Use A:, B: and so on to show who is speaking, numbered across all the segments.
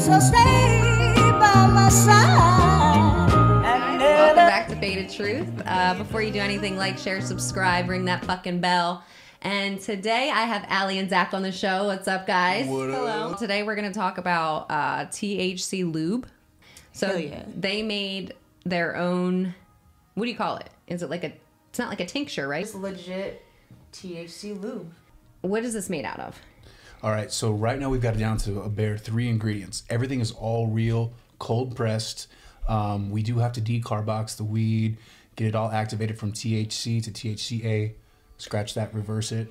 A: so stay by my side. And
B: Welcome
A: never
B: back to Beta Truth. Uh, before you do anything, like, share, subscribe, ring that fucking bell. And today I have Allie and Zach on the show. What's up, guys?
C: What up? Hello.
B: Today we're going to talk about uh, THC lube. So
D: Hell yeah.
B: they made their own. What do you call it? Is it like a? It's not like a tincture, right?
D: It's legit THC lube.
B: What is this made out of?
C: All right, so right now we've got it down to a bare three ingredients. Everything is all real, cold pressed. Um, we do have to decarbox the weed, get it all activated from THC to THCA. Scratch that, reverse it.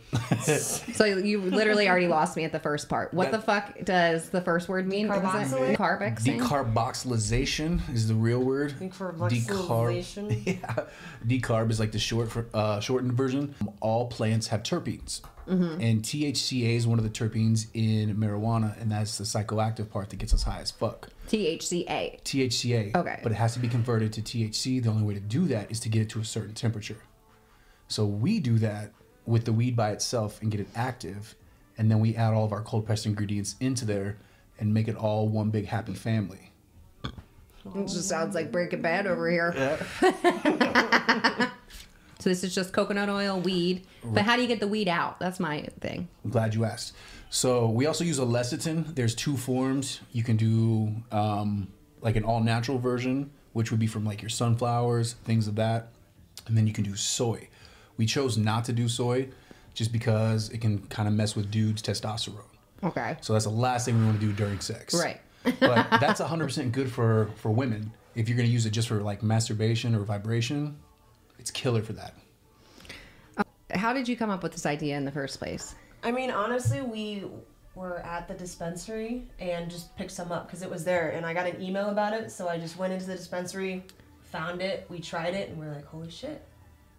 B: So you literally already lost me at the first part. What the
C: That-
B: fuck does the first word mean? What was it? Carboxylate?
C: Decarboxylation is the real word.
D: Decarboxylation.
C: yeah. Decarb is like the short for, uh, shortened version. All plants have terpenes, and THCA is one of the terpenes in marijuana, and that's the psychoactive part that gets us high as fuck.
B: THCA.
C: THCA.
B: Okay.
C: But it has to be converted to THC. The only way to do that is to get it to a certain temperature. So we do that with the weed by itself and get it active, and then we add all of our cold pressed ingredients into there and make it all one big happy family.
B: It just sounds like Breaking Bad over here. so this is just coconut oil, weed. But how do you get the weed out? That's my thing.
C: I'm glad you asked. So we also use a lecithin. There's two forms. You can do um, like an all natural version, which would be from like your sunflowers, things of that, and then you can do soy. We chose not to do soy just because it can kind of mess with dudes' testosterone.
B: Okay.
C: So that's the last thing we want to do during sex.
B: Right.
C: but that's 100% good for for women. If you're going to use it just for like masturbation or vibration, it's killer for that.
B: How did you come up with this idea in the first place?
D: I mean, honestly, we were at the dispensary and just picked some up because it was there, and I got an email about it. So I just went into the dispensary, found it, we tried it, and we are like, holy shit,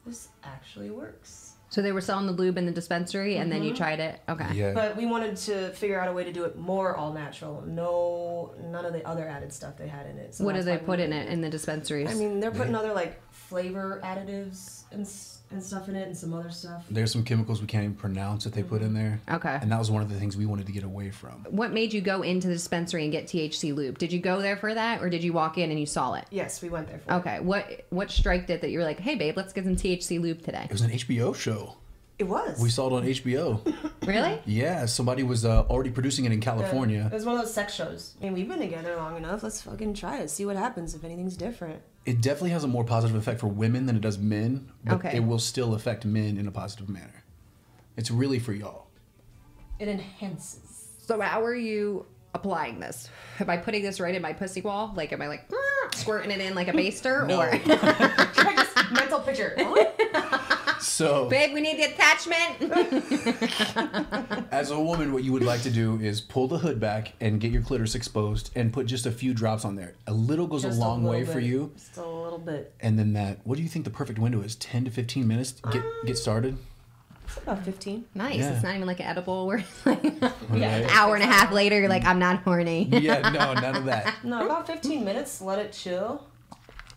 D: this actually works.
B: So they were selling the lube in the dispensary, and then you tried it. Okay.
C: Yeah.
D: But we wanted to figure out a way to do it more all natural. No, none of the other added stuff they had in it. So
B: What do
D: that's
B: they
D: why we
B: put in
D: went
B: it in the dispensaries?
D: I mean, they're putting other like flavor additives and s- and stuff in it, and some other stuff.
C: There's some chemicals we can't even pronounce that they put in there.
B: Okay.
C: And that was one of the things we wanted to get away from.
B: what made you go into the dispensary and get THC lube? Did you go there for that, or did you walk in and you saw it?
D: Yes, we went there for.
B: Okay. What what striked it that you were like, hey babe, let's get some THC lube today?
C: It was an HBO show.
D: It, it was.
C: We saw it on HBO.
B: Really?
C: yeah, somebody was uh, already producing it in California.
D: It was one of those sex shows. I mean, we've been together long enough. Let's fucking try it. See what happens if anything's different.
C: It definitely has a more positive effect for women than it does men, but
B: Okay.
C: it will still affect men in a positive manner. It's really for y'all.
D: It enhances.
B: So how are you applying this? Am I putting this right in my pussy wall? Like, am I like squirting it in like a baster? Or
D: mental picture.
C: So,
B: babe, we need the attachment.
C: as a woman, what you would like to do is pull the hood back and get your clitoris exposed and put just a few drops on there. A little goes a long way for you.
D: Just a little bit.
C: And then that, what do you think the perfect window is? 10 to 15 minutes? to Get, get started?
D: About 15.
B: nice.
C: Yeah.
B: It's not even like an edible. Where it's like
C: Yeah.
B: an hour and a half later, you're like, I'm not horny.
C: yeah, no, none of that.
D: No, about 15 minutes. Let it chill.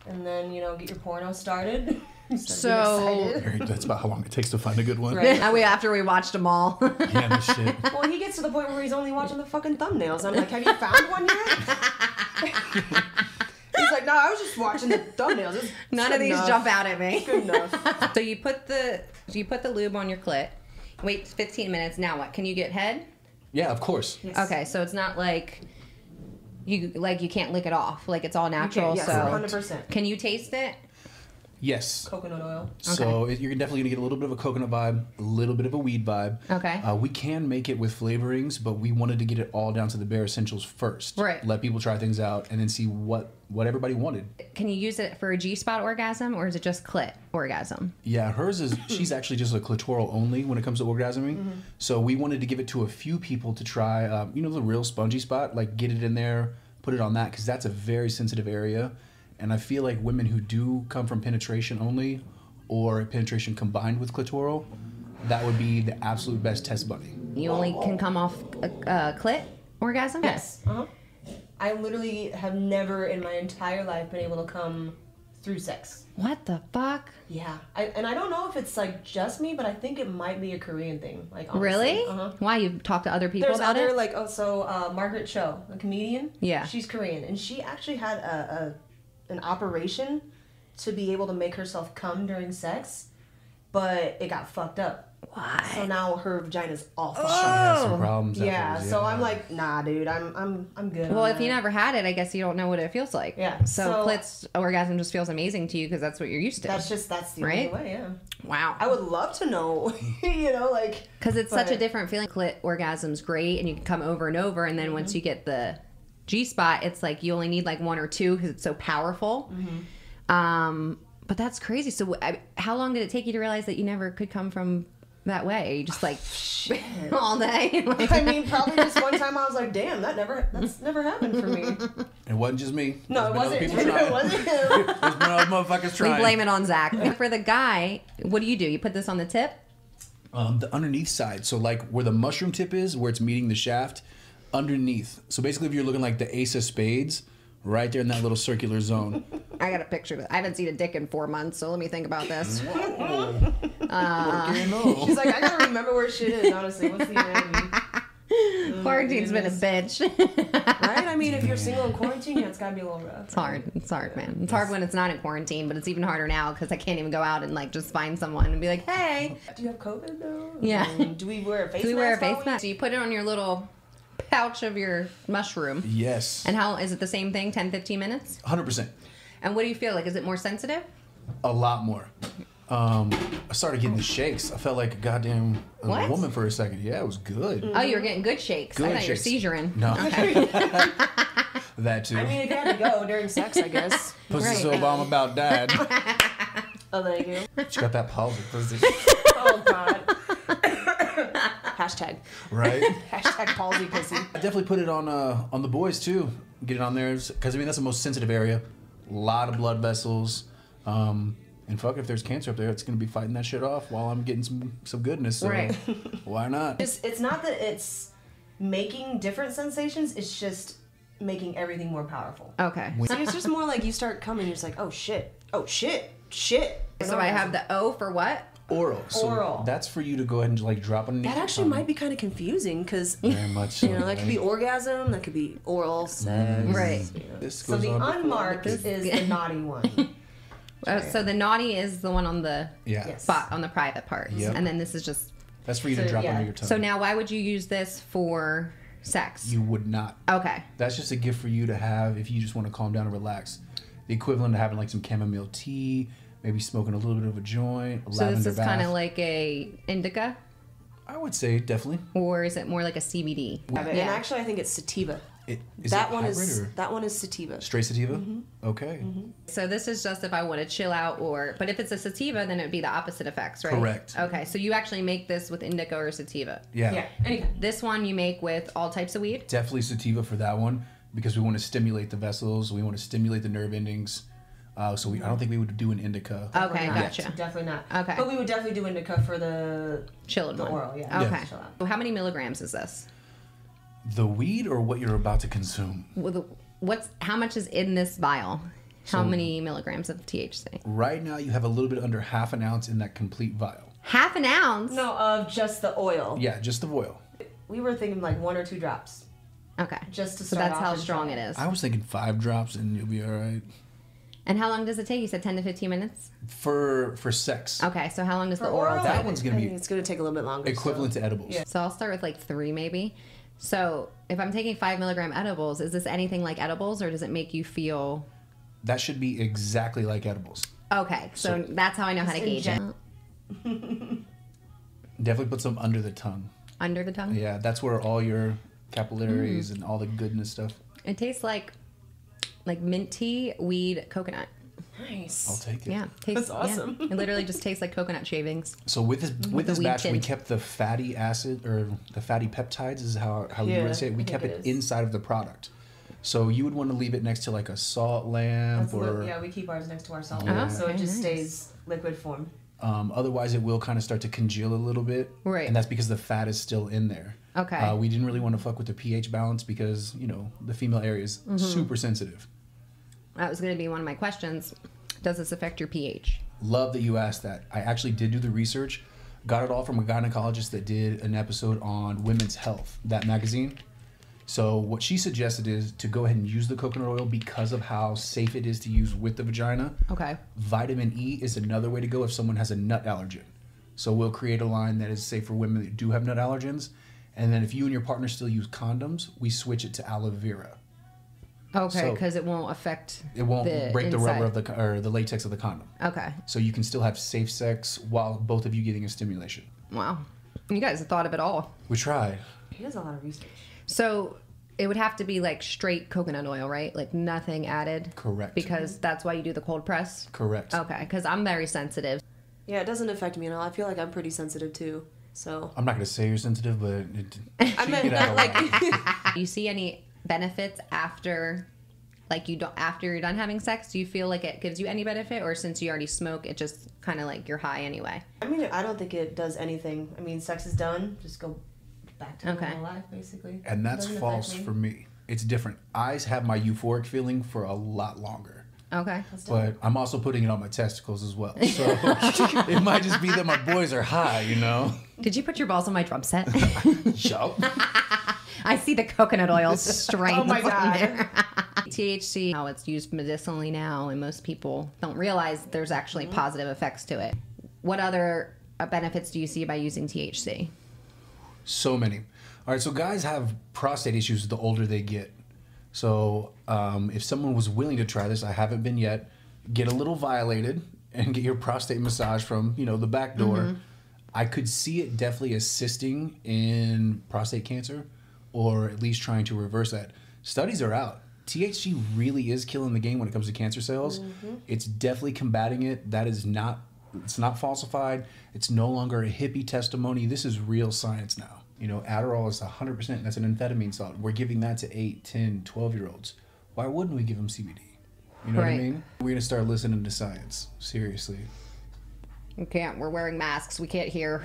D: And then, you know, get your porno started.
B: So
C: That's about how long it takes to find a good one.
D: Right.
B: we after we watched them all.
C: Yeah, no shit.
D: Well, he gets to the point where he's only watching the fucking thumbnails. I'm like, have you found one yet? he's like, no, I was just watching the thumbnails. It's- it's
B: None of
D: good
B: these
D: enough.
B: jump out at me.
D: It's Good enough.
B: so you put the you put the lube on your clit. Wait 15 minutes. Now what? Can you get head?
C: Yeah, of course.
B: Okay, so it's not like you like you can't lick it off. Like it's all natural.
D: yes,
B: so
D: 100%.
B: can you taste it?
C: Yes.
D: Coconut oil.
C: So it, you're definitely gonna get a little bit of a coconut vibe, a little bit of a weed vibe.
B: Okay.
C: Uh, we can make it with flavorings, but we wanted to get it all down to the bare essentials first.
B: Right.
C: Let people try things out and then see what what everybody wanted.
B: Can you use it for a G spot orgasm or is it just clit orgasm?
C: Yeah, hers is she's actually just a clitoral only when it comes to orgasming.
D: Mm-hmm.
C: So we wanted to give it to a few people to try. Um, you know, the real spongy spot, like get it in there, put it on that because that's a very sensitive area. And I feel like women who do come from penetration only, or penetration combined with clitoral, that would be the absolute best test bunny.
B: You only can come off a, a clit orgasm?
D: Yes. Uh-huh. I literally have never in my entire life been able to come through sex.
B: What the fuck?
D: Yeah, I, and I don't know if it's like just me, but I think it might be a Korean thing. Like honestly.
B: Really?
D: Uh-huh.
B: Why you talk to other people
D: There's
B: about
D: other
B: it?
D: like oh so uh, Margaret Cho, a comedian.
B: Yeah.
D: she's Korean, and she actually had a, a an operation to be able to make herself come during sex, but it got fucked up.
B: Why?
D: So now her vagina's all
B: Oh!
D: fucked
C: I
D: up.
C: had some problems.
D: Oh, Yeah,
C: afterwards,
D: so I'm like, nah, dude, I'm I'm I'm good.
B: Well,
D: on
B: if you
D: that.
B: never had it, I guess you don't know what it feels like.
D: Yeah,
B: So,
D: so-
B: clit's orgasm just feels amazing to you because that's what you're used to.
D: that's just that's the
B: Right?
D: only way. Yeah, I
B: wow.
D: would love to know. you know, like
B: Because it's such a
D: but-
B: different feeling. Clit orgasm's great, and you can come over and over, and then once you get the G spot, it's like you only need like one or two because it's so powerful. Um, but that's crazy. So, I, how long did it take you to realize that you never could come from that way? You just like all day. Like-
D: I mean, probably just one time I was like, damn, that never that's never happened for me.
C: It wasn't just me.
D: No, it
C: There's
D: wasn't.
C: been other people
D: it
C: trying.
D: wasn't him.
C: There's been other motherfuckers
B: we
C: trying.
B: blame it on Zach. For the guy, what do you do? You put this on the tip?
C: Um, the underneath side, so like where the mushroom tip is, where it's meeting the shaft, underneath. So basically, if you're looking like the ace of spades, right there in that little circular zone.
B: I got a picture. of it. I haven't seen a dick in four months, so let me think about this. Ah.
C: Okay, no.
D: She's like, I gotta remember where shit is. Honestly, what's the anatomy?
B: Quarantine's been a bitch.
D: Right? I mean, if you're single in quarantine, yeah, it's gotta be a little rough.
B: It's hard. It's hard, man. Um, It's hard when it's not in quarantine, but it's even harder now because I can't even go out and like just find someone and be like, "Hey,
D: Do you have COVID though?
B: Yeah.
D: Um, Do we wear a face mask?
B: do we wear a
D: while
B: face mask?" So you put it on your little pouch of your mushroom.
C: Yes,
B: And how is it the same thing? 10, 15 minutes?
C: hundred percent.
B: And what do you feel like? Is it more sensitive?
C: A lot more. Um, I started getting the shakes. I felt like a goddamn a
B: What?
C: woman for a second. Yeah, it was good.
B: Oh, you were getting good shakes. I
C: Good
B: thought you were
C: shakes.
B: seizuring.
C: No, that too.
D: I mean, if you had to go during sex, I guess.
C: Pussy
B: right.
C: so bomb about died.
D: Oh, thank you.
C: She got that palsy pussy,
D: Oh God. Hashtag.
C: right?
D: Hashtag palsy pussy.
C: I definitely put it on uh, on the boys too. Get it on theirs because I mean that's the most sensitive area. A lot of blood vessels. Um, and fuck, if there's cancer up there, it's gonna be fighting that shit off while I'm getting some some goodness. So
B: Right.
C: why not?
D: Just, it's not that it's making different sensations. It's just making everything more powerful.
B: Okay.
D: See, it's just more like you start coming. You're just like, oh shit, oh shit, shit.
B: So I have the O for what?
C: Oral. So
D: Oral.
C: That's for you to go ahead and like drop on.
D: That actually might be kind of confusing because you
C: Very much. so,
D: know that could be
C: right?
D: orgasm, that could be oral sex.
B: Right.
C: This
D: So
C: goes
D: the
C: on.
D: unmarked is the naughty one.
B: Oh, so the naughty is the one on the
C: yeah.
D: Yes.
B: spot on the private part,
C: Yep.
B: and then this is just.
C: That's for you to
D: So,
C: drop
D: yeah.
C: under your tongue.
B: So now, why would you use this for sex?
C: you would not.
B: okay.
C: That's just a gift for you to have if you just want to calm down and relax. The equivalent of having like some chamomile tea, maybe smoking a little bit of a joint, a
B: So
C: lavender
B: this is
C: bath.
B: kind of like a indica,
C: I would say definitely.
B: or is it more like a CBD?
D: And
B: Yeah.
D: actually, I think it's sativa.
C: It, is
D: that
C: it
D: one is Mm-hmm.
C: hybrid or
D: that one is sativa.
C: straight sativa. Okay,
B: So this is just if I want to chill out, or but if it's a sativa, then it would be the opposite effects, right?
C: Correct.
B: Okay. So you actually make this with indica or sativa.
C: yeah.
D: anyhow.
B: This one you make with all types of weed.
C: definitely sativa for that one because we want to stimulate the vessels, we want to stimulate the nerve endings. Uh, so we, I don't think we would do an indica.
B: Okay,
D: Not.
B: gotcha.
D: Definitely not.
B: Okay.
D: But we would definitely do indica for the
B: Chilled
D: The
B: one.
D: oral, yeah.
B: Okay.
D: Yeah. Chill out.
B: Well, how many milligrams is this?
C: The weed or what you're about to consume.
B: Well, the- What's how much is in this vial? How many milligrams of THC?
C: Right now, you have a little bit under half an ounce in that complete vial.
B: Half an ounce.
D: no of just the oil.
C: Yeah, just the oil.
D: We were thinking like one or two drops.
B: Okay.
D: Just to
B: so
D: start
B: that's
D: off
B: how
D: and
B: strong
D: try.
B: it is.
C: I was thinking five drops and you'll be all right.
B: And how long does it take? You said ten to fifteen minutes.
C: For for sex,
B: Okay. So how long does
D: For
B: the oral?
D: oral,
B: take?
C: that one's gonna
D: I
C: be
D: think it's gonna take a little bit longer.
C: equivalent to edibles.
D: Yeah.
B: So I'll start with like three maybe. So if I'm taking five milligram edibles, is this anything like edibles or does it make you feel
C: That should be exactly like edibles.
B: okay? So, that's how I know how to
D: Just
B: gauge it.
D: inject-
C: Definitely put some under the tongue.
B: Under the tongue.
C: Yeah, that's where all your
D: Mm.
C: capillaries and all the goodness stuff.
B: It tastes like like mint tea, weed, coconut.
D: So. Nice.
C: I'll take it.
B: Yeah, tastes,
D: That's
B: yeah.
D: awesome.
B: It literally just tastes like coconut shavings.
C: So with this
D: Mm,
C: with
B: the
C: this
B: weed
C: batch, we
B: tint.
C: kept the fatty acid or the fatty peptides is how how you
D: Yeah,
C: would say it. We
D: I
C: kept
D: think
C: it,
D: it is.
C: inside of the product. So you would want to leave it next to like a salt lamp
D: That's what-
C: or
D: yeah, we keep ours next to our salt,
B: Oh,
D: so it
B: okay,
D: just
B: nice.
D: stays liquid form.
C: Um, otherwise, it will kind of start to congeal a little bit.
B: Right.
C: And that's because the fat is still in there.
B: Okay.
C: Uh, we didn't really want to fuck with the pH balance
D: Mm-hmm.
C: because, you know, the female area is super sensitive.
B: That was going to be one of my questions. Does this affect your pH?
C: Love that you asked that. I actually did do the research, got it all from a gynecologist that did an episode on women's health, that magazine. So what she suggested is to go ahead and use the coconut oil because of how safe it is to use with the vagina.
B: Okay.
C: Vitamin E is another way to go if someone has a nut allergen. So we'll create a line that is safe for women that do have nut allergens. And then if you and your partner still use condoms, we switch it to aloe vera.
B: Okay,
C: So-
B: because it won't affect.
C: It won't break the
B: inside.
C: rubber of the co- or the latex of the condom.
B: Okay.
C: So you can still have safe sex while both of you getting a stimulation.
B: Wow. You guys thought of it all.
C: We tried.
D: He does a lot of research.
B: So it would have to be like straight coconut oil, right? Like nothing added.
C: Correct.
B: Because Oh. that's why you do the cold press.
C: Correct.
B: Okay, because I'm very sensitive.
E: Yeah, it doesn't affect me at all. I feel like I'm pretty sensitive too. So
C: I'm not gonna say you're sensitive, but it, I
E: meant not
C: like
B: Do you see any benefits after, like you don't after you're done having sex? Do you feel like it gives you any benefit, or since you already smoke, it just kind of like you're high anyway?
D: I mean, I don't think it does anything. I mean, sex is done. Just go back to
B: Okay.
D: normal life, basically.
C: and that's
D: Doesn't affect
C: false
D: me.
C: for me. It's different. I have my euphoric feeling for a lot longer.
B: Okay.
C: But I'm also putting it on my testicles as well. So it might just be that my boys are high, you know?
B: Did you put your balls on my drum set?
C: Yup.
B: I see the coconut oil strength.
D: Oh my
B: on
D: God.
B: there. THC, how it's used medicinally now, and most people don't realize there's actually
D: Mm-hmm.
B: positive effects to it. What other uh, benefits do you see by using THC?
C: So many. All right, so guys have prostate issues the older they get. So um, if someone was willing to try this, I haven't been yet, get a little violated and get your prostate massage from, you know, the back door. I could see it definitely assisting in prostate cancer or at least trying to reverse that. Studies are out. THC really is killing the game when it comes to cancer cells.
B: Mm-hmm.
C: It's definitely combating it. That is not it's not falsified. It's no longer a hippie testimony. This is real science now. You know, Adderall is 100%. That's an amphetamine solid. We're giving that to 8, 10, 12 year olds. Why wouldn't we give them CBD? You know
B: Right.
C: what I mean? We're going to start listening to science. Seriously.
B: We can't. We're wearing masks. We can't hear.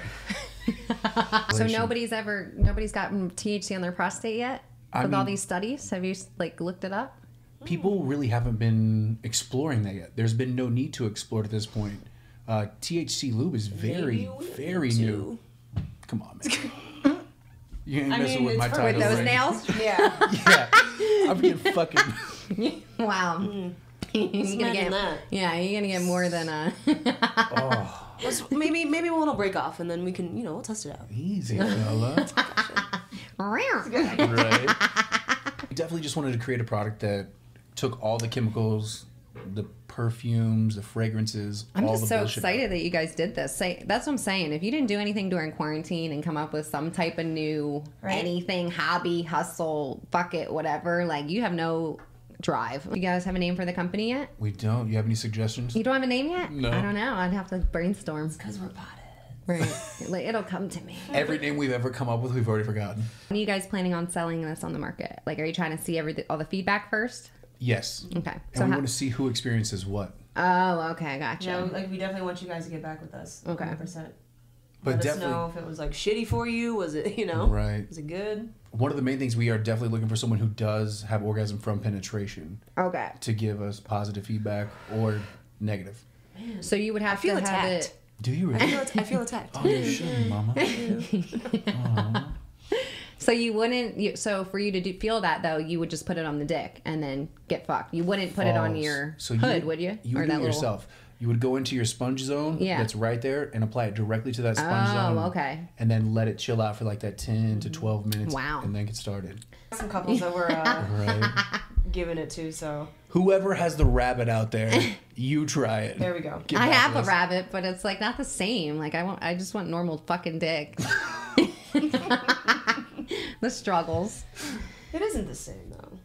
B: so nobody's ever nobody's gotten THC on their prostate yet
C: I
B: with all
C: mean-
B: these studies. Have you like looked it up?
C: people
B: Mm.
C: really haven't been exploring that yet. There's been no need to explore it at this point. Uh, THC lube is very, very new. Come on, man. you ain't messing
D: mean,
C: with
D: it's
C: my
D: for-
C: title.
D: with
B: With those
C: right?
B: nails?
D: Yeah.
C: Yeah. I'm getting fucking.
B: Wow.
D: Hmm.
B: You're gonna
E: Imagine
B: get,
E: that.
B: Yeah, you're gonna get more than a.
C: Oh,
E: let's, maybe maybe one will break off and then we can you know we'll test it out.
C: easy, fella. right. Definitely just wanted to create a product that took all the chemicals, the perfumes, the fragrances.
B: I'm
C: all
B: just
C: the
B: so
C: bullshit.
B: excited that you guys did this. Say, that's what I'm saying. If you didn't do anything during quarantine and come up with some type of new
D: Right.
B: anything, hobby, hustle, bucket, whatever, like you have no drive. You guys have a name for the company yet?
C: We don't. You have any suggestions?
B: You don't have a name yet?
C: No.
B: I don't know. I'd have to brainstorm.
D: Because we're potted.
B: Right. like, it'll come to me.
C: Every name we've ever come up with, we've already forgotten.
B: Are you guys planning on selling this on the market? Like, are you trying to see every all the feedback first?
C: Yes.
B: Okay.
C: And
B: So
C: we
B: how,
C: want to see who experiences what.
B: oh, okay, gotcha.
D: Yeah, like we definitely want you guys to get back with us.
B: Okay.
D: 100%.
C: But
D: Let
C: definitely,
D: us know if it was like shitty for you. Was it you know?
C: Right.
D: Was it good?
C: one of the main things we are definitely looking for someone who does have orgasm from penetration
B: Okay.
C: to give us positive feedback or negative.
B: So you would have
E: feel
B: to have
E: attacked.
B: it.
C: Do you
E: I
C: really?
E: feel, I feel attacked.
C: oh, you should, Mama.
B: So you wouldn't. You, so for you to do, feel that though, you would just put it on the dick and then get fucked. You wouldn't put it on
C: Balls.
B: your hood, would you?
C: You would do
B: that
C: it yourself. You would go into your sponge zone
B: Yeah.
C: that's right there and apply it directly to that sponge
B: Oh,
C: zone.
B: okay.
C: And then let it chill out for like that 10 to 12 minutes.
B: Wow.
C: And then get started.
D: Some couples that we're uh,
C: Right?
D: giving it to. So
C: Whoever has the rabbit out there, you try it.
D: there we go.
C: Get
B: I
C: back
B: have
C: to
B: a
C: us.
B: rabbit, but it's like not the same. Like I want. I just want normal fucking dick. the struggles.
D: It isn't the same though.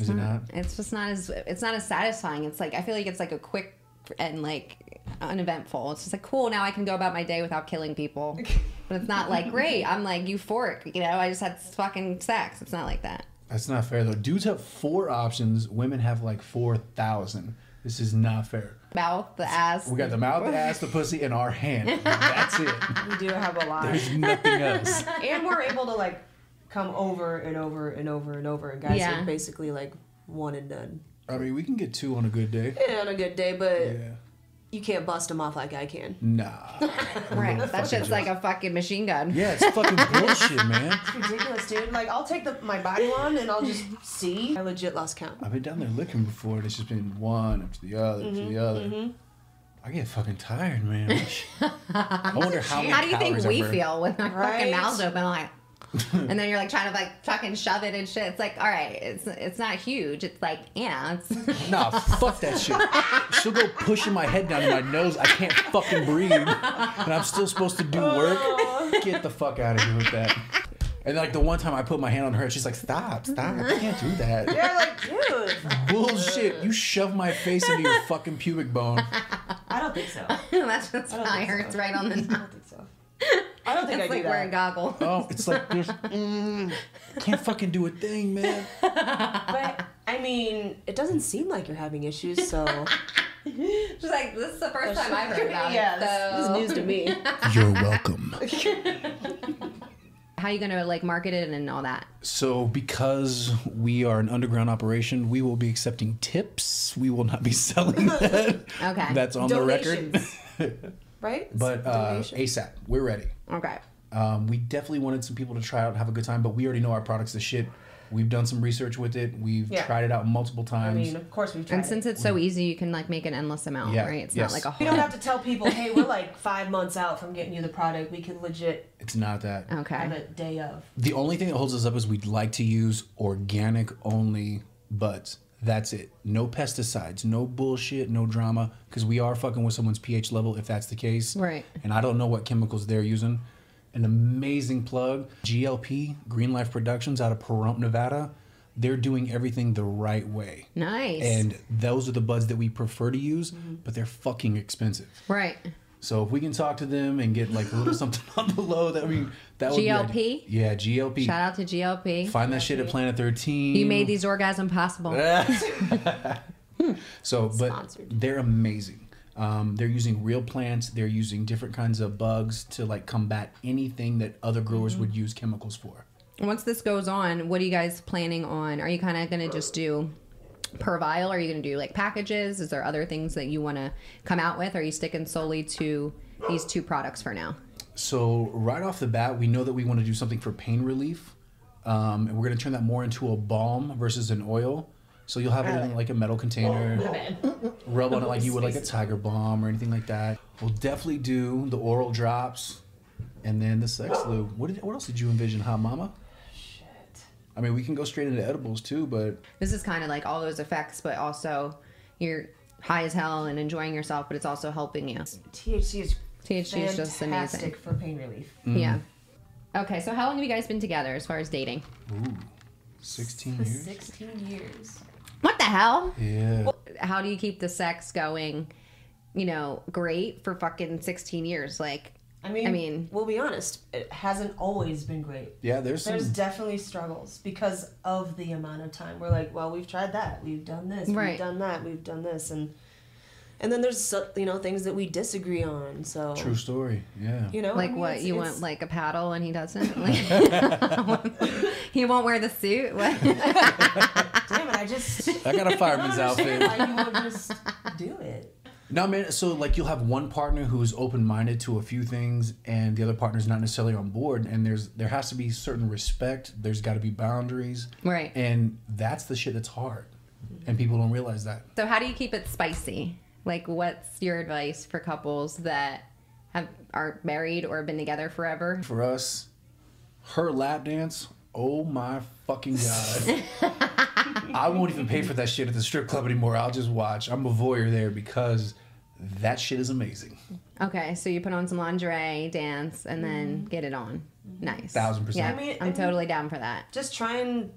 C: Is it not?
B: It's just not as. It's not as satisfying. It's like I feel like it's like a quick and like uneventful. It's just like cool. Now I can go about my day without killing people. But it's not like great. I'm like euphoric. You know. I just had fucking sex. It's not like that.
C: That's not fair though. Dudes have four options. Women have like four thousand. This is not fair.
B: mouth, the ass.
C: We got the mouth, the ass, the pussy, and our hand. That's it.
D: We do have a lot,
C: There's nothing else.
D: and we're able to like come over and over and over and over. And guys
B: Yeah.
D: are basically like one and done.
C: I mean, we can get two on a good day.
E: Yeah, on a good day, but
C: Yeah.
E: you can't bust them off like I can.
C: Nah.
B: Right. That shit's like a fucking machine gun.
C: Yeah, it's fucking bullshit, man.
D: Ridiculous, dude. Like, I'll take the, my body one and I'll just see.
E: I legit lost count.
C: I've been down there looking before, and it's just been one after the other after
B: Mm-hmm,
C: the other. I get fucking tired, man. I wonder how. many
B: How do you think
C: calories I
B: we
C: burn.
B: feel with our fucking
D: Right?
B: mouths open? Like, and then you're like trying to like fucking shove it and shit. It's like, all right, it's it's not huge. It's like ants.
C: Nah, fuck that shit. She'll go pushing my head down to my nose. I can't fucking breathe, and I'm still supposed to do work. Get the fuck out of here with that. And like the one time I put my hand on her, she's like, "Stop, stop! I can't do that."
D: They're like, dude,
C: Bullshit! You shove my face into your fucking pubic bone.
D: I don't think so.
B: That's just
D: don't think
B: fire.
D: so.
B: It's right on the
D: I
B: nose.
D: don't think so. I don't think
B: It's
D: I
B: like
D: do
B: wearing
D: that.
B: goggles.
C: Oh, it's like there's, mm, can't fucking do a thing, man.
D: But I mean,
E: It doesn't seem like you're having issues, so
B: She's like, this is the first time I've heard about
D: Yeah,
B: it.
D: this-
E: this
B: so-
E: is news to me.
C: You're welcome.
B: How you gonna like market it and all that?
C: So, because we are an underground operation, we will be accepting tips. We will not be selling that.
B: Okay.
C: That's on the record.
D: donations,
E: Right?
C: But uh, ASAP, we're ready.
B: Okay.
C: Um, we definitely wanted some people to try out and have a good time, but we already know our product's the shit. We've done some research with it. We've
D: Yeah.
C: tried it out multiple
D: I
C: times.
D: mean, of course we've tried.
B: And since
D: it.
B: it's so easy, you can like make an endless amount,
C: Yeah,
B: right? It's
C: yes.
B: not like a
D: we
B: whole.
D: don't have to tell people, hey, we're like five months out from getting you the product. We could legit
C: it's not that.
B: okay.
D: on the day of.
C: The only thing that holds us up is we'd like to use organic only buds. That's it. No pesticides, no bullshit, no drama, because we are fucking with someone's pH level if that's the case.
B: Right.
C: And I don't know what chemicals they're using. An amazing plug GLP, Green Life Productions out of Pahrump, Nevada. They're doing everything the right way.
B: Nice.
C: And those are the buds that we prefer to use,
B: Mm-hmm.
C: but they're fucking expensive.
B: right.
C: So if we can talk to them and get like a little something on the low, that we that would be
B: GLP?
C: ideal. yeah, GLP.
B: Shout out to GLP.
C: Find that shit at Planet 13.
B: You made these orgasm possible.
C: Eh. So,
B: Hmm.
C: but
E: Sponsored.
C: they're amazing. Um, they're using real plants. They're using different kinds of bugs to like combat anything that other growers
B: Mm-hmm.
C: would use chemicals for.
B: Once this goes on, what are you guys planning on? Are you kind of going to just do per vial? Are you going to do like packages? Is there other things that you want to come out with? Are you sticking solely to these two products for now?
C: So right off the bat, we know that we want to do something for pain relief, um, and we're going to turn that more into a balm versus an oil. So you'll have it in like a metal container. rub on it like you would like a tiger balm or anything like that. We'll definitely do the oral drops, and then the sex lube. What did, what else did you envision, huh, Mama? I mean, we can go straight into edibles too, but
B: This is kind of like all those effects, but also you're high as hell and enjoying yourself, but it's also helping you.
D: Mm-hmm. THC is
B: THC is just amazing.
D: fantastic for pain relief.
C: Mm-hmm.
B: Yeah. Okay, so how long have you guys been together as far as dating?
C: 16 years.
D: Sixteen years.
B: What the hell?
C: Yeah.
B: How do you keep the sex going, you know, great for fucking 16 years? Like,
D: I mean,
B: I mean-
E: We'll be honest.
D: it hasn't always been great.
C: Yeah, there's some.
D: There's
B: Hmm.
D: definitely struggles because of the amount of time. We're like, well, we've tried that, we've done this,
B: Right.
D: we've done that, we've done this, and uh,
E: And then there's so- you know things that we disagree on. So
C: True story. Yeah.
D: Oh,
E: you know, I
B: Like
E: mean,
B: what?
E: it's-
B: You
E: it's-
B: want like a paddle and he doesn't? Like, he won't wear the suit? What?
D: damn it, I just
C: I got a fireman's outfit.
D: why you would just do it.
C: No, man. So like, you'll have one partner who's open-minded to a few things, and the other partner's not necessarily on board. And there's there has to be certain respect. There's got to be boundaries.
B: Right.
C: And that's the shit that's hard, and people don't realize that.
B: So, how do you keep it spicy? Like, what's your advice for couples that have aren't married or been together forever?
C: For us, her lap dance. Oh my fucking god. I won't even pay for that shit at the strip club anymore. I'll just watch. I'm a voyeur there because that shit is amazing.
B: Okay, so you put on some lingerie, dance, and then get it on. Nice.
C: Thousand percent.
B: Yeah,
C: I
D: mean-
B: I'm
D: Mm-hmm. I mean-
B: totally down for that.
E: just try and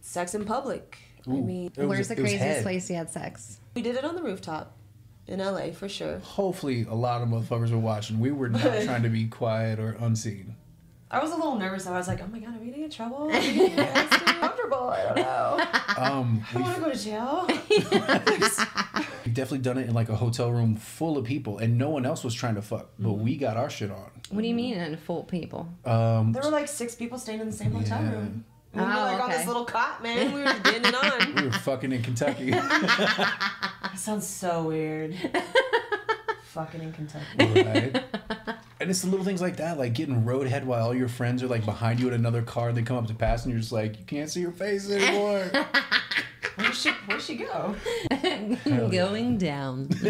E: sex in public. I
C: Ooh,
E: mean,
C: it was-
B: Where's the
C: it was
B: craziest
C: head.
B: place you had sex?
E: we did it on the rooftop in LA for sure.
C: Hopefully, a lot of motherfuckers were watching. We were not trying to be quiet or unseen.
D: I was a little nervous. I was like, oh my god, are we gonna get in trouble? Are we gonna get arrested? comfortable? I don't know.
C: Um,
D: I don't want to go to jail.
C: we've definitely done it in like a hotel room full of people, and no one else was trying to fuck, but
D: Mm-hmm.
C: we got our shit on.
B: What do you mean, in full people?
D: There were like six people staying in the same hotel
C: Yeah.
D: room. We were
B: Oh,
D: like on
B: okay.
D: this little cot, man. We were just getting it on.
C: We were fucking in Kentucky.
D: that sounds so weird. Fucking in Kentucky.
C: right? And it's the little things like that, like getting roadhead while all your friends are like behind you in another car and they come up to pass and you're just like, you can't see your face anymore.
D: Where'd she, where'd she go?
B: Going down.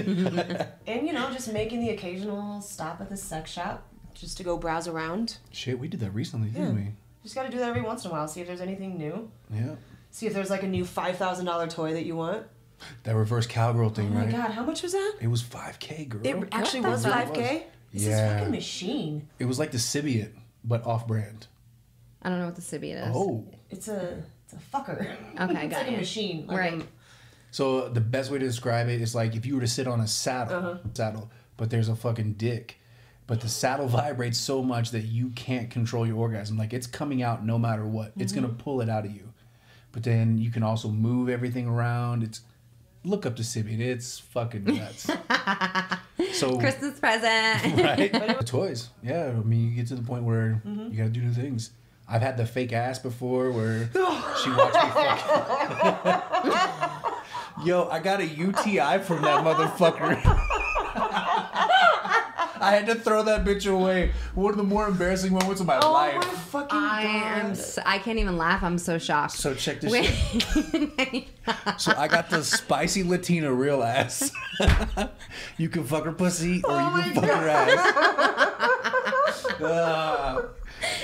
D: And you know, just making the occasional stop at the sex shop just to go browse around.
C: Shit, we did that recently, didn't
D: Just gotta do that every once in a while. See if there's anything new.
C: we? Yeah.
D: See if there's like a new five thousand dollar toy that you want.
C: That reverse cowgirl thing,
D: Oh my
C: right?
D: god, how much was that?
C: It was 5K, girl.
D: It actually
B: the
D: was
B: fuck?
D: five k. It's
C: Yeah.
D: this fucking machine.
C: It was like the Sibiant, but off brand.
B: I don't know what the Sibian is.
C: Oh.
D: It's a it's a fucker.
B: Okay,
D: it's
B: got
D: like
B: you.
D: a machine. Like um,
B: Right.
D: a-
C: So the best way to describe it is like if you were to sit on a saddle, saddle, but there's a fucking dick, but the saddle vibrates so much that you can't control your orgasm. Like it's coming out no matter what. It's gonna pull it out of you. But then you can also move everything around. It's look up the Sibian. It's fucking nuts. so
B: Christmas present.
C: right? The toys. Yeah, I mean, you get to the point where you gotta do new things. I've had the fake ass before where she watched me fuck. Yo, I got a UTI from that motherfucker. I had to throw that bitch away. One of the more embarrassing moments of my
D: oh
C: life.
D: my fucking
B: I
D: god.
B: am. So, I can't even laugh. I'm so shocked.
C: So check this
B: Wait.
C: shit. So I got the spicy Latina real ass. you can fuck her pussy or
B: Oh
C: you can fuck her ass. Ah.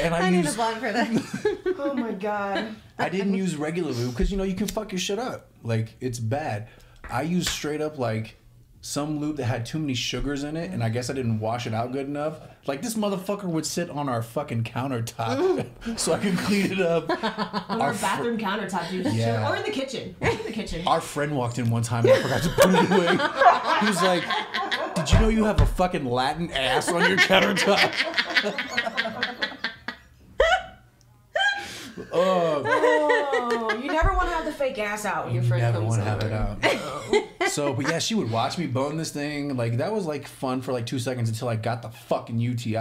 C: and I,
B: I need a
C: used,
B: blunt for this.
D: Oh my god.
C: I didn't use regular lube because you know you can fuck your shit up. Like it's bad. I used straight up like some lube that had too many sugars in it, and I guess I didn't wash it out good enough. Like this motherfucker would sit on our fucking countertop so I could clean it up.
D: On
C: Our
D: our
C: fr-
D: bathroom countertop, dude.
C: Yeah.
D: Or in the kitchen. Or in the kitchen.
C: Our friend walked in one time and I forgot to put it away. He was like, Did you know you have a fucking Latin ass on your countertop? oh,
D: oh, you never want to have the fake ass out when your friend
C: never
D: comes
C: want to
D: over.
C: have it out. So, but yeah, she would watch me bone this thing. Like, that was like fun for like two seconds until I got the fucking UTI.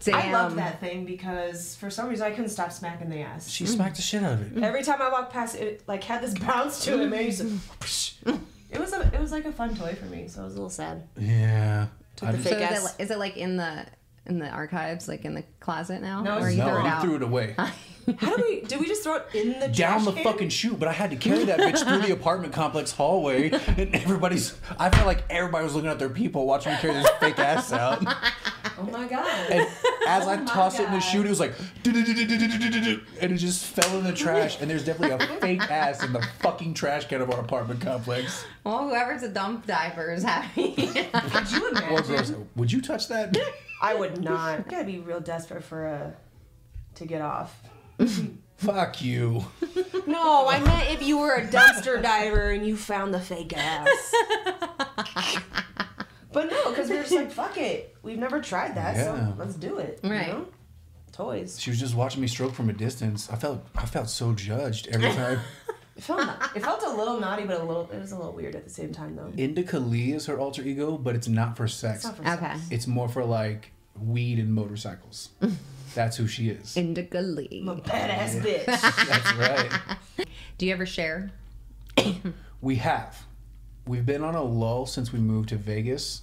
B: Damn.
D: I loved that thing because for some reason I couldn't stop smacking the ass.
C: She smacked the shit out of it.
D: Every time I walked past it, like had this bounce to it, man. It was, it was a, it was like a fun toy for me, so I was a little sad.
C: Yeah. I
E: the
C: just-
B: So
E: fake-
B: is
E: Big
B: it,
E: ass.
B: like- is it like in the in the archives, like in the closet now,
D: No,
B: or
D: it's-
B: you
C: no,
B: threw it
C: you
B: out?
C: threw it away.
D: How do we? Did we just throw it in the
C: down
D: trash
C: the
D: can?
C: fucking chute, but I had to carry that bitch through the apartment complex hallway, and everybody's. I felt like everybody was looking at their people watching me carry this fake ass out.
D: Oh my god!
C: And as I
D: my
C: tossed it in the
D: God.
C: chute, it was like, "Du-du-du-du-du-du-du-du-du," and it just fell in the trash. And there's definitely a fake ass in the fucking trash can of our apartment complex.
B: Well, whoever's a dump diver is happy.
D: Could you
C: Or
D: imagine?
C: girls, would you touch that?
D: I would not. You gotta be real desperate for a to get off.
C: Fuck you.
E: No, I meant if you were a dumpster diver and you
D: Found the fake ass. but no, because we were just like, fuck it. We've never tried that,
C: Yeah.
D: so let's do it. you
B: Right.
D: know? Toys.
C: She was just watching me stroke from a distance. I felt I felt so judged every time.
D: It felt it felt a little naughty, but a little it was a little weird at the same time though.
C: Indica Lee is her alter ego, but it's not for sex.
D: It's not for
B: okay.
D: sex.
C: It's more for like weed and motorcycles. That's who she is.
B: Indica Lee.
D: I'm a badass bitch.
C: That's right.
B: Do you ever share?
C: We have. We've been on a lull since we moved to Vegas.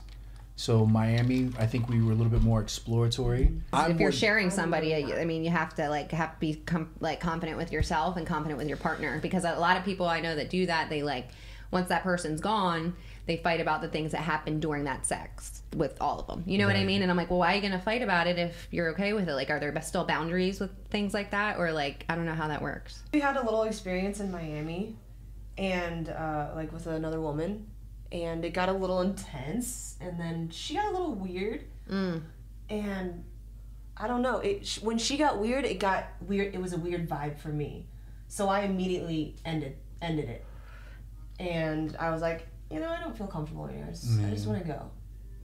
C: So Miami, I think we were a little bit more exploratory. I'm
B: if you're
C: more-
B: sharing somebody, I I mean, you have to like have to be com- like confident with yourself and confident with your partner because a lot of people I know that do that, they like once that person's gone, they fight about the things that happened during that sex with all of them. You know what I
C: Right.
B: mean? And I'm like, well, why are you gonna fight about it if you're okay with it? Like, are there best- still boundaries with things like that, or like I don't know how that works.
D: we had a little experience in Miami, and uh, like with another woman, and it got a little intense, and then she got a little weird,
C: Mm.
D: and I don't know. It sh- when she got weird, it got weird. It was a weird vibe for me, so I immediately ended ended it, and I was like, you know, I don't feel comfortable here. I just,
C: Mm.
D: I just want to go.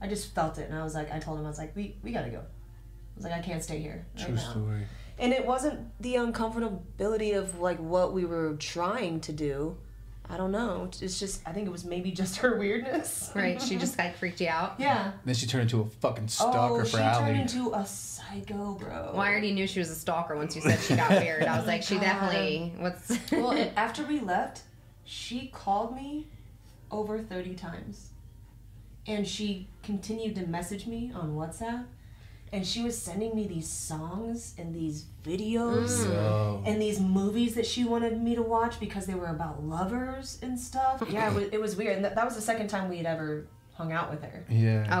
D: I just felt it, and I was like, I told him, I was like, we we gotta go. I was like, I can't stay here. Right
C: True
D: now.
C: story.
E: and it wasn't the uncomfortability of like what we were trying to do. I don't know.
D: It's just, I think it was maybe just her weirdness.
B: Right? She just like freaked you out.
D: Yeah.
C: Then she turned into a fucking stalker
D: oh,
C: for
D: she turned
C: Allie.
D: into a psycho, bro.
B: Well, I already knew she was a stalker once you said she got weird. I was like, she definitely. What's?
D: well, and after we left, she called me over 30 times. And she continued to message me on WhatsApp. And she was sending me these songs and these videos
C: Oh.
D: and these movies that she wanted me to watch because they were about lovers and stuff. Yeah, it was, it was weird. And that, that was the second time we had ever hung out with her.
C: Yeah.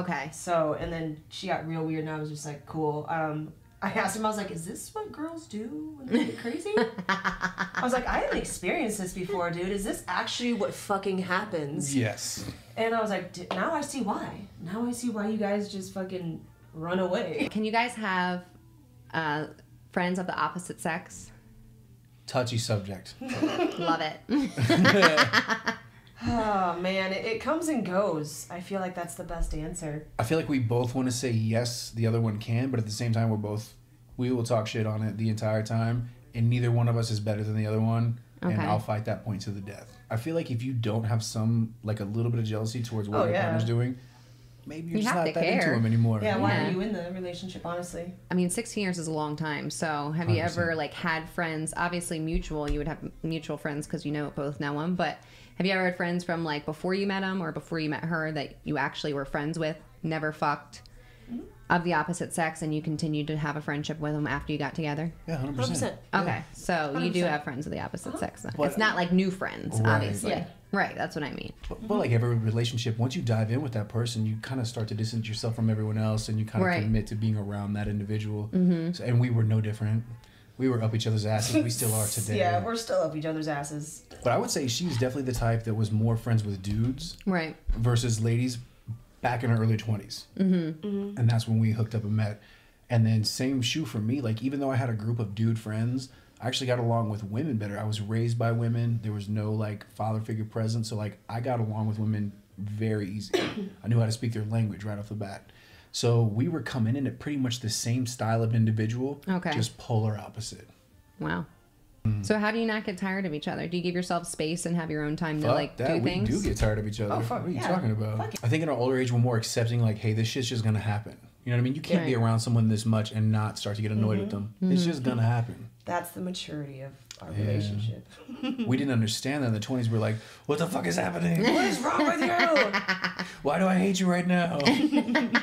B: okay.
D: So, and then she got real weird, and I was just like, cool. Um, I asked him, I was like, is this what girls do when they get crazy? I was like, I haven't experienced this before, dude. Is this actually what fucking happens?
C: Yes.
D: And I was like, D- now I see why. Now I see why you guys just fucking run away.
B: Can you guys have uh, friends of the opposite sex?
C: Touchy subject.
B: Love it.
D: Oh, man, it, it comes and goes. I feel like that's the best answer.
C: I feel like we both want to say yes, the other one can, but at the same time, we're both we will talk shit on it the entire time, and neither one of us is better than the other one. And
B: Okay.
C: I'll fight that point to the death. I feel like if you don't have some like a little bit of jealousy towards what
D: Oh,
C: your
D: yeah.
C: partner's doing, maybe you're
B: You
C: just
B: have
C: not
B: to
C: that into
B: care.
C: him anymore.
D: Yeah, why
B: Yeah.
D: are you in the relationship, honestly?
B: I mean, 16 years is a long time. So, have you
C: 100%.
B: ever like had friends? Obviously, mutual. You would have mutual friends because you know both know them. But have you ever had friends from like before you met him or before you met her that you actually were friends with, never fucked, of the opposite sex, and you continued to have a friendship with them after you got together?
C: Yeah, hundred percent.
E: 100%.
B: Okay, so you do
D: 100%.
B: have friends of the opposite sex. Then.
C: But-
B: it's not like new friends,
C: Right.
B: obviously.
D: Yeah.
B: Right, that's what I mean.
C: But, but like every relationship, once you dive in with that person, you kind of start to distance yourself from everyone else, and you kind of
B: Right. Mm-hmm.
C: commit to being around that individual. So, and we were no different. We were up each other's asses. We still are today.
D: Yeah, we're still up each other's asses.
C: But I would say she was definitely the type that was more friends with dudes
B: Right.
C: versus ladies back in her early 20s. Mm-hmm. And that's when we hooked up and met. And then, same shoe for me. Like, even though I had a group of dude friends, I actually got along with women better. I was raised by women, there was no like father figure present. So, like, I got along with women very easy. I knew how to speak their language right off the bat. So, we were coming in at pretty much the same style of individual,
B: Okay.
C: just polar opposite.
B: Wow. So how do you not get tired of each other? Do you give yourself space and have your own time to
C: Fuck
B: like
C: that.
B: do
C: we
B: things?
C: do get tired of each other.
D: Oh, fuck,
C: what are you
D: yeah.
C: talking about?
D: Fuck it.
C: I think in our older age, we're more accepting. Like, hey, this shit's just gonna happen. You know what I mean? You can't be
B: Right. Mm-hmm.
C: around someone this much and not start to get annoyed
D: Mm-hmm.
C: with them. It's just gonna happen.
D: That's the maturity of our
C: Yeah.
D: relationship. Mm-hmm.
C: we didn't understand that in the twenties. We're like, what the fuck is happening?
D: what is wrong with you?
C: Why do I hate you right now? and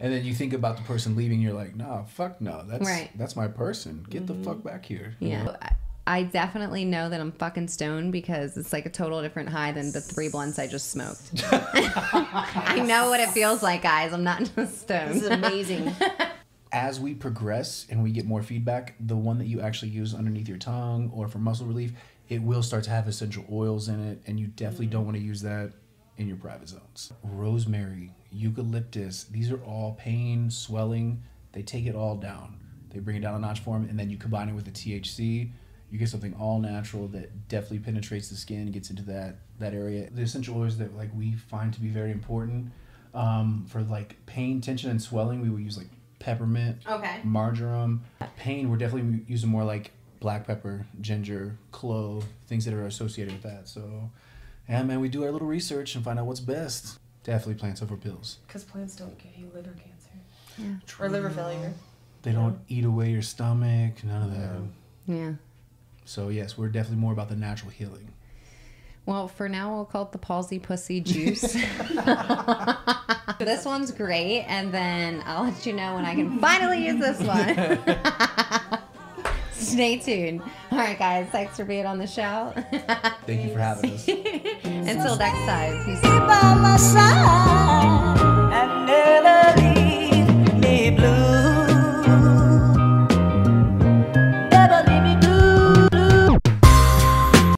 C: then you think about the person leaving. You're like, nah, fuck no. That's
B: Right.
C: that's my person. Get the fuck
D: Mm-hmm.
C: back here.
B: Yeah. I- I definitely know that I'm fucking stoned because it's like a total different high than the three blunts I just smoked. I know what it feels like, guys. I'm not just
E: This is
B: stoned.
E: amazing.
C: as we progress and we get more feedback, the one that you actually use underneath your tongue or for muscle relief, it will start to have essential oils in it, and you definitely don't want to use that in your private zones. Rosemary, eucalyptus, these are all pain, swelling, they take it all down. They bring it down a notch for 'em, and then you combine it with the THC, you get something all natural that definitely penetrates the skin, gets into that that area. The essential oils that like we find to be very important um, for like pain, tension, and swelling, we would use like peppermint,
B: Okay.
C: marjoram. Pain, we're definitely using more like black pepper, ginger, clove, things that are associated with that. So, yeah, man, we do our little research and find out what's best. Definitely plants over pills.
D: Because plants don't give you liver cancer or liver failure.
C: They don't eat away your stomach, none of that.
B: yeah.
C: So, yes, we're definitely more about the natural healing.
B: Well, for now, we'll call it the palsy pussy juice. this one's great, and then I'll let you know when I can finally use this one. Stay tuned. All right, guys, thanks for being on the show.
C: Thank you for having us.
B: Until next time, peace
A: by my side and never leave me blue.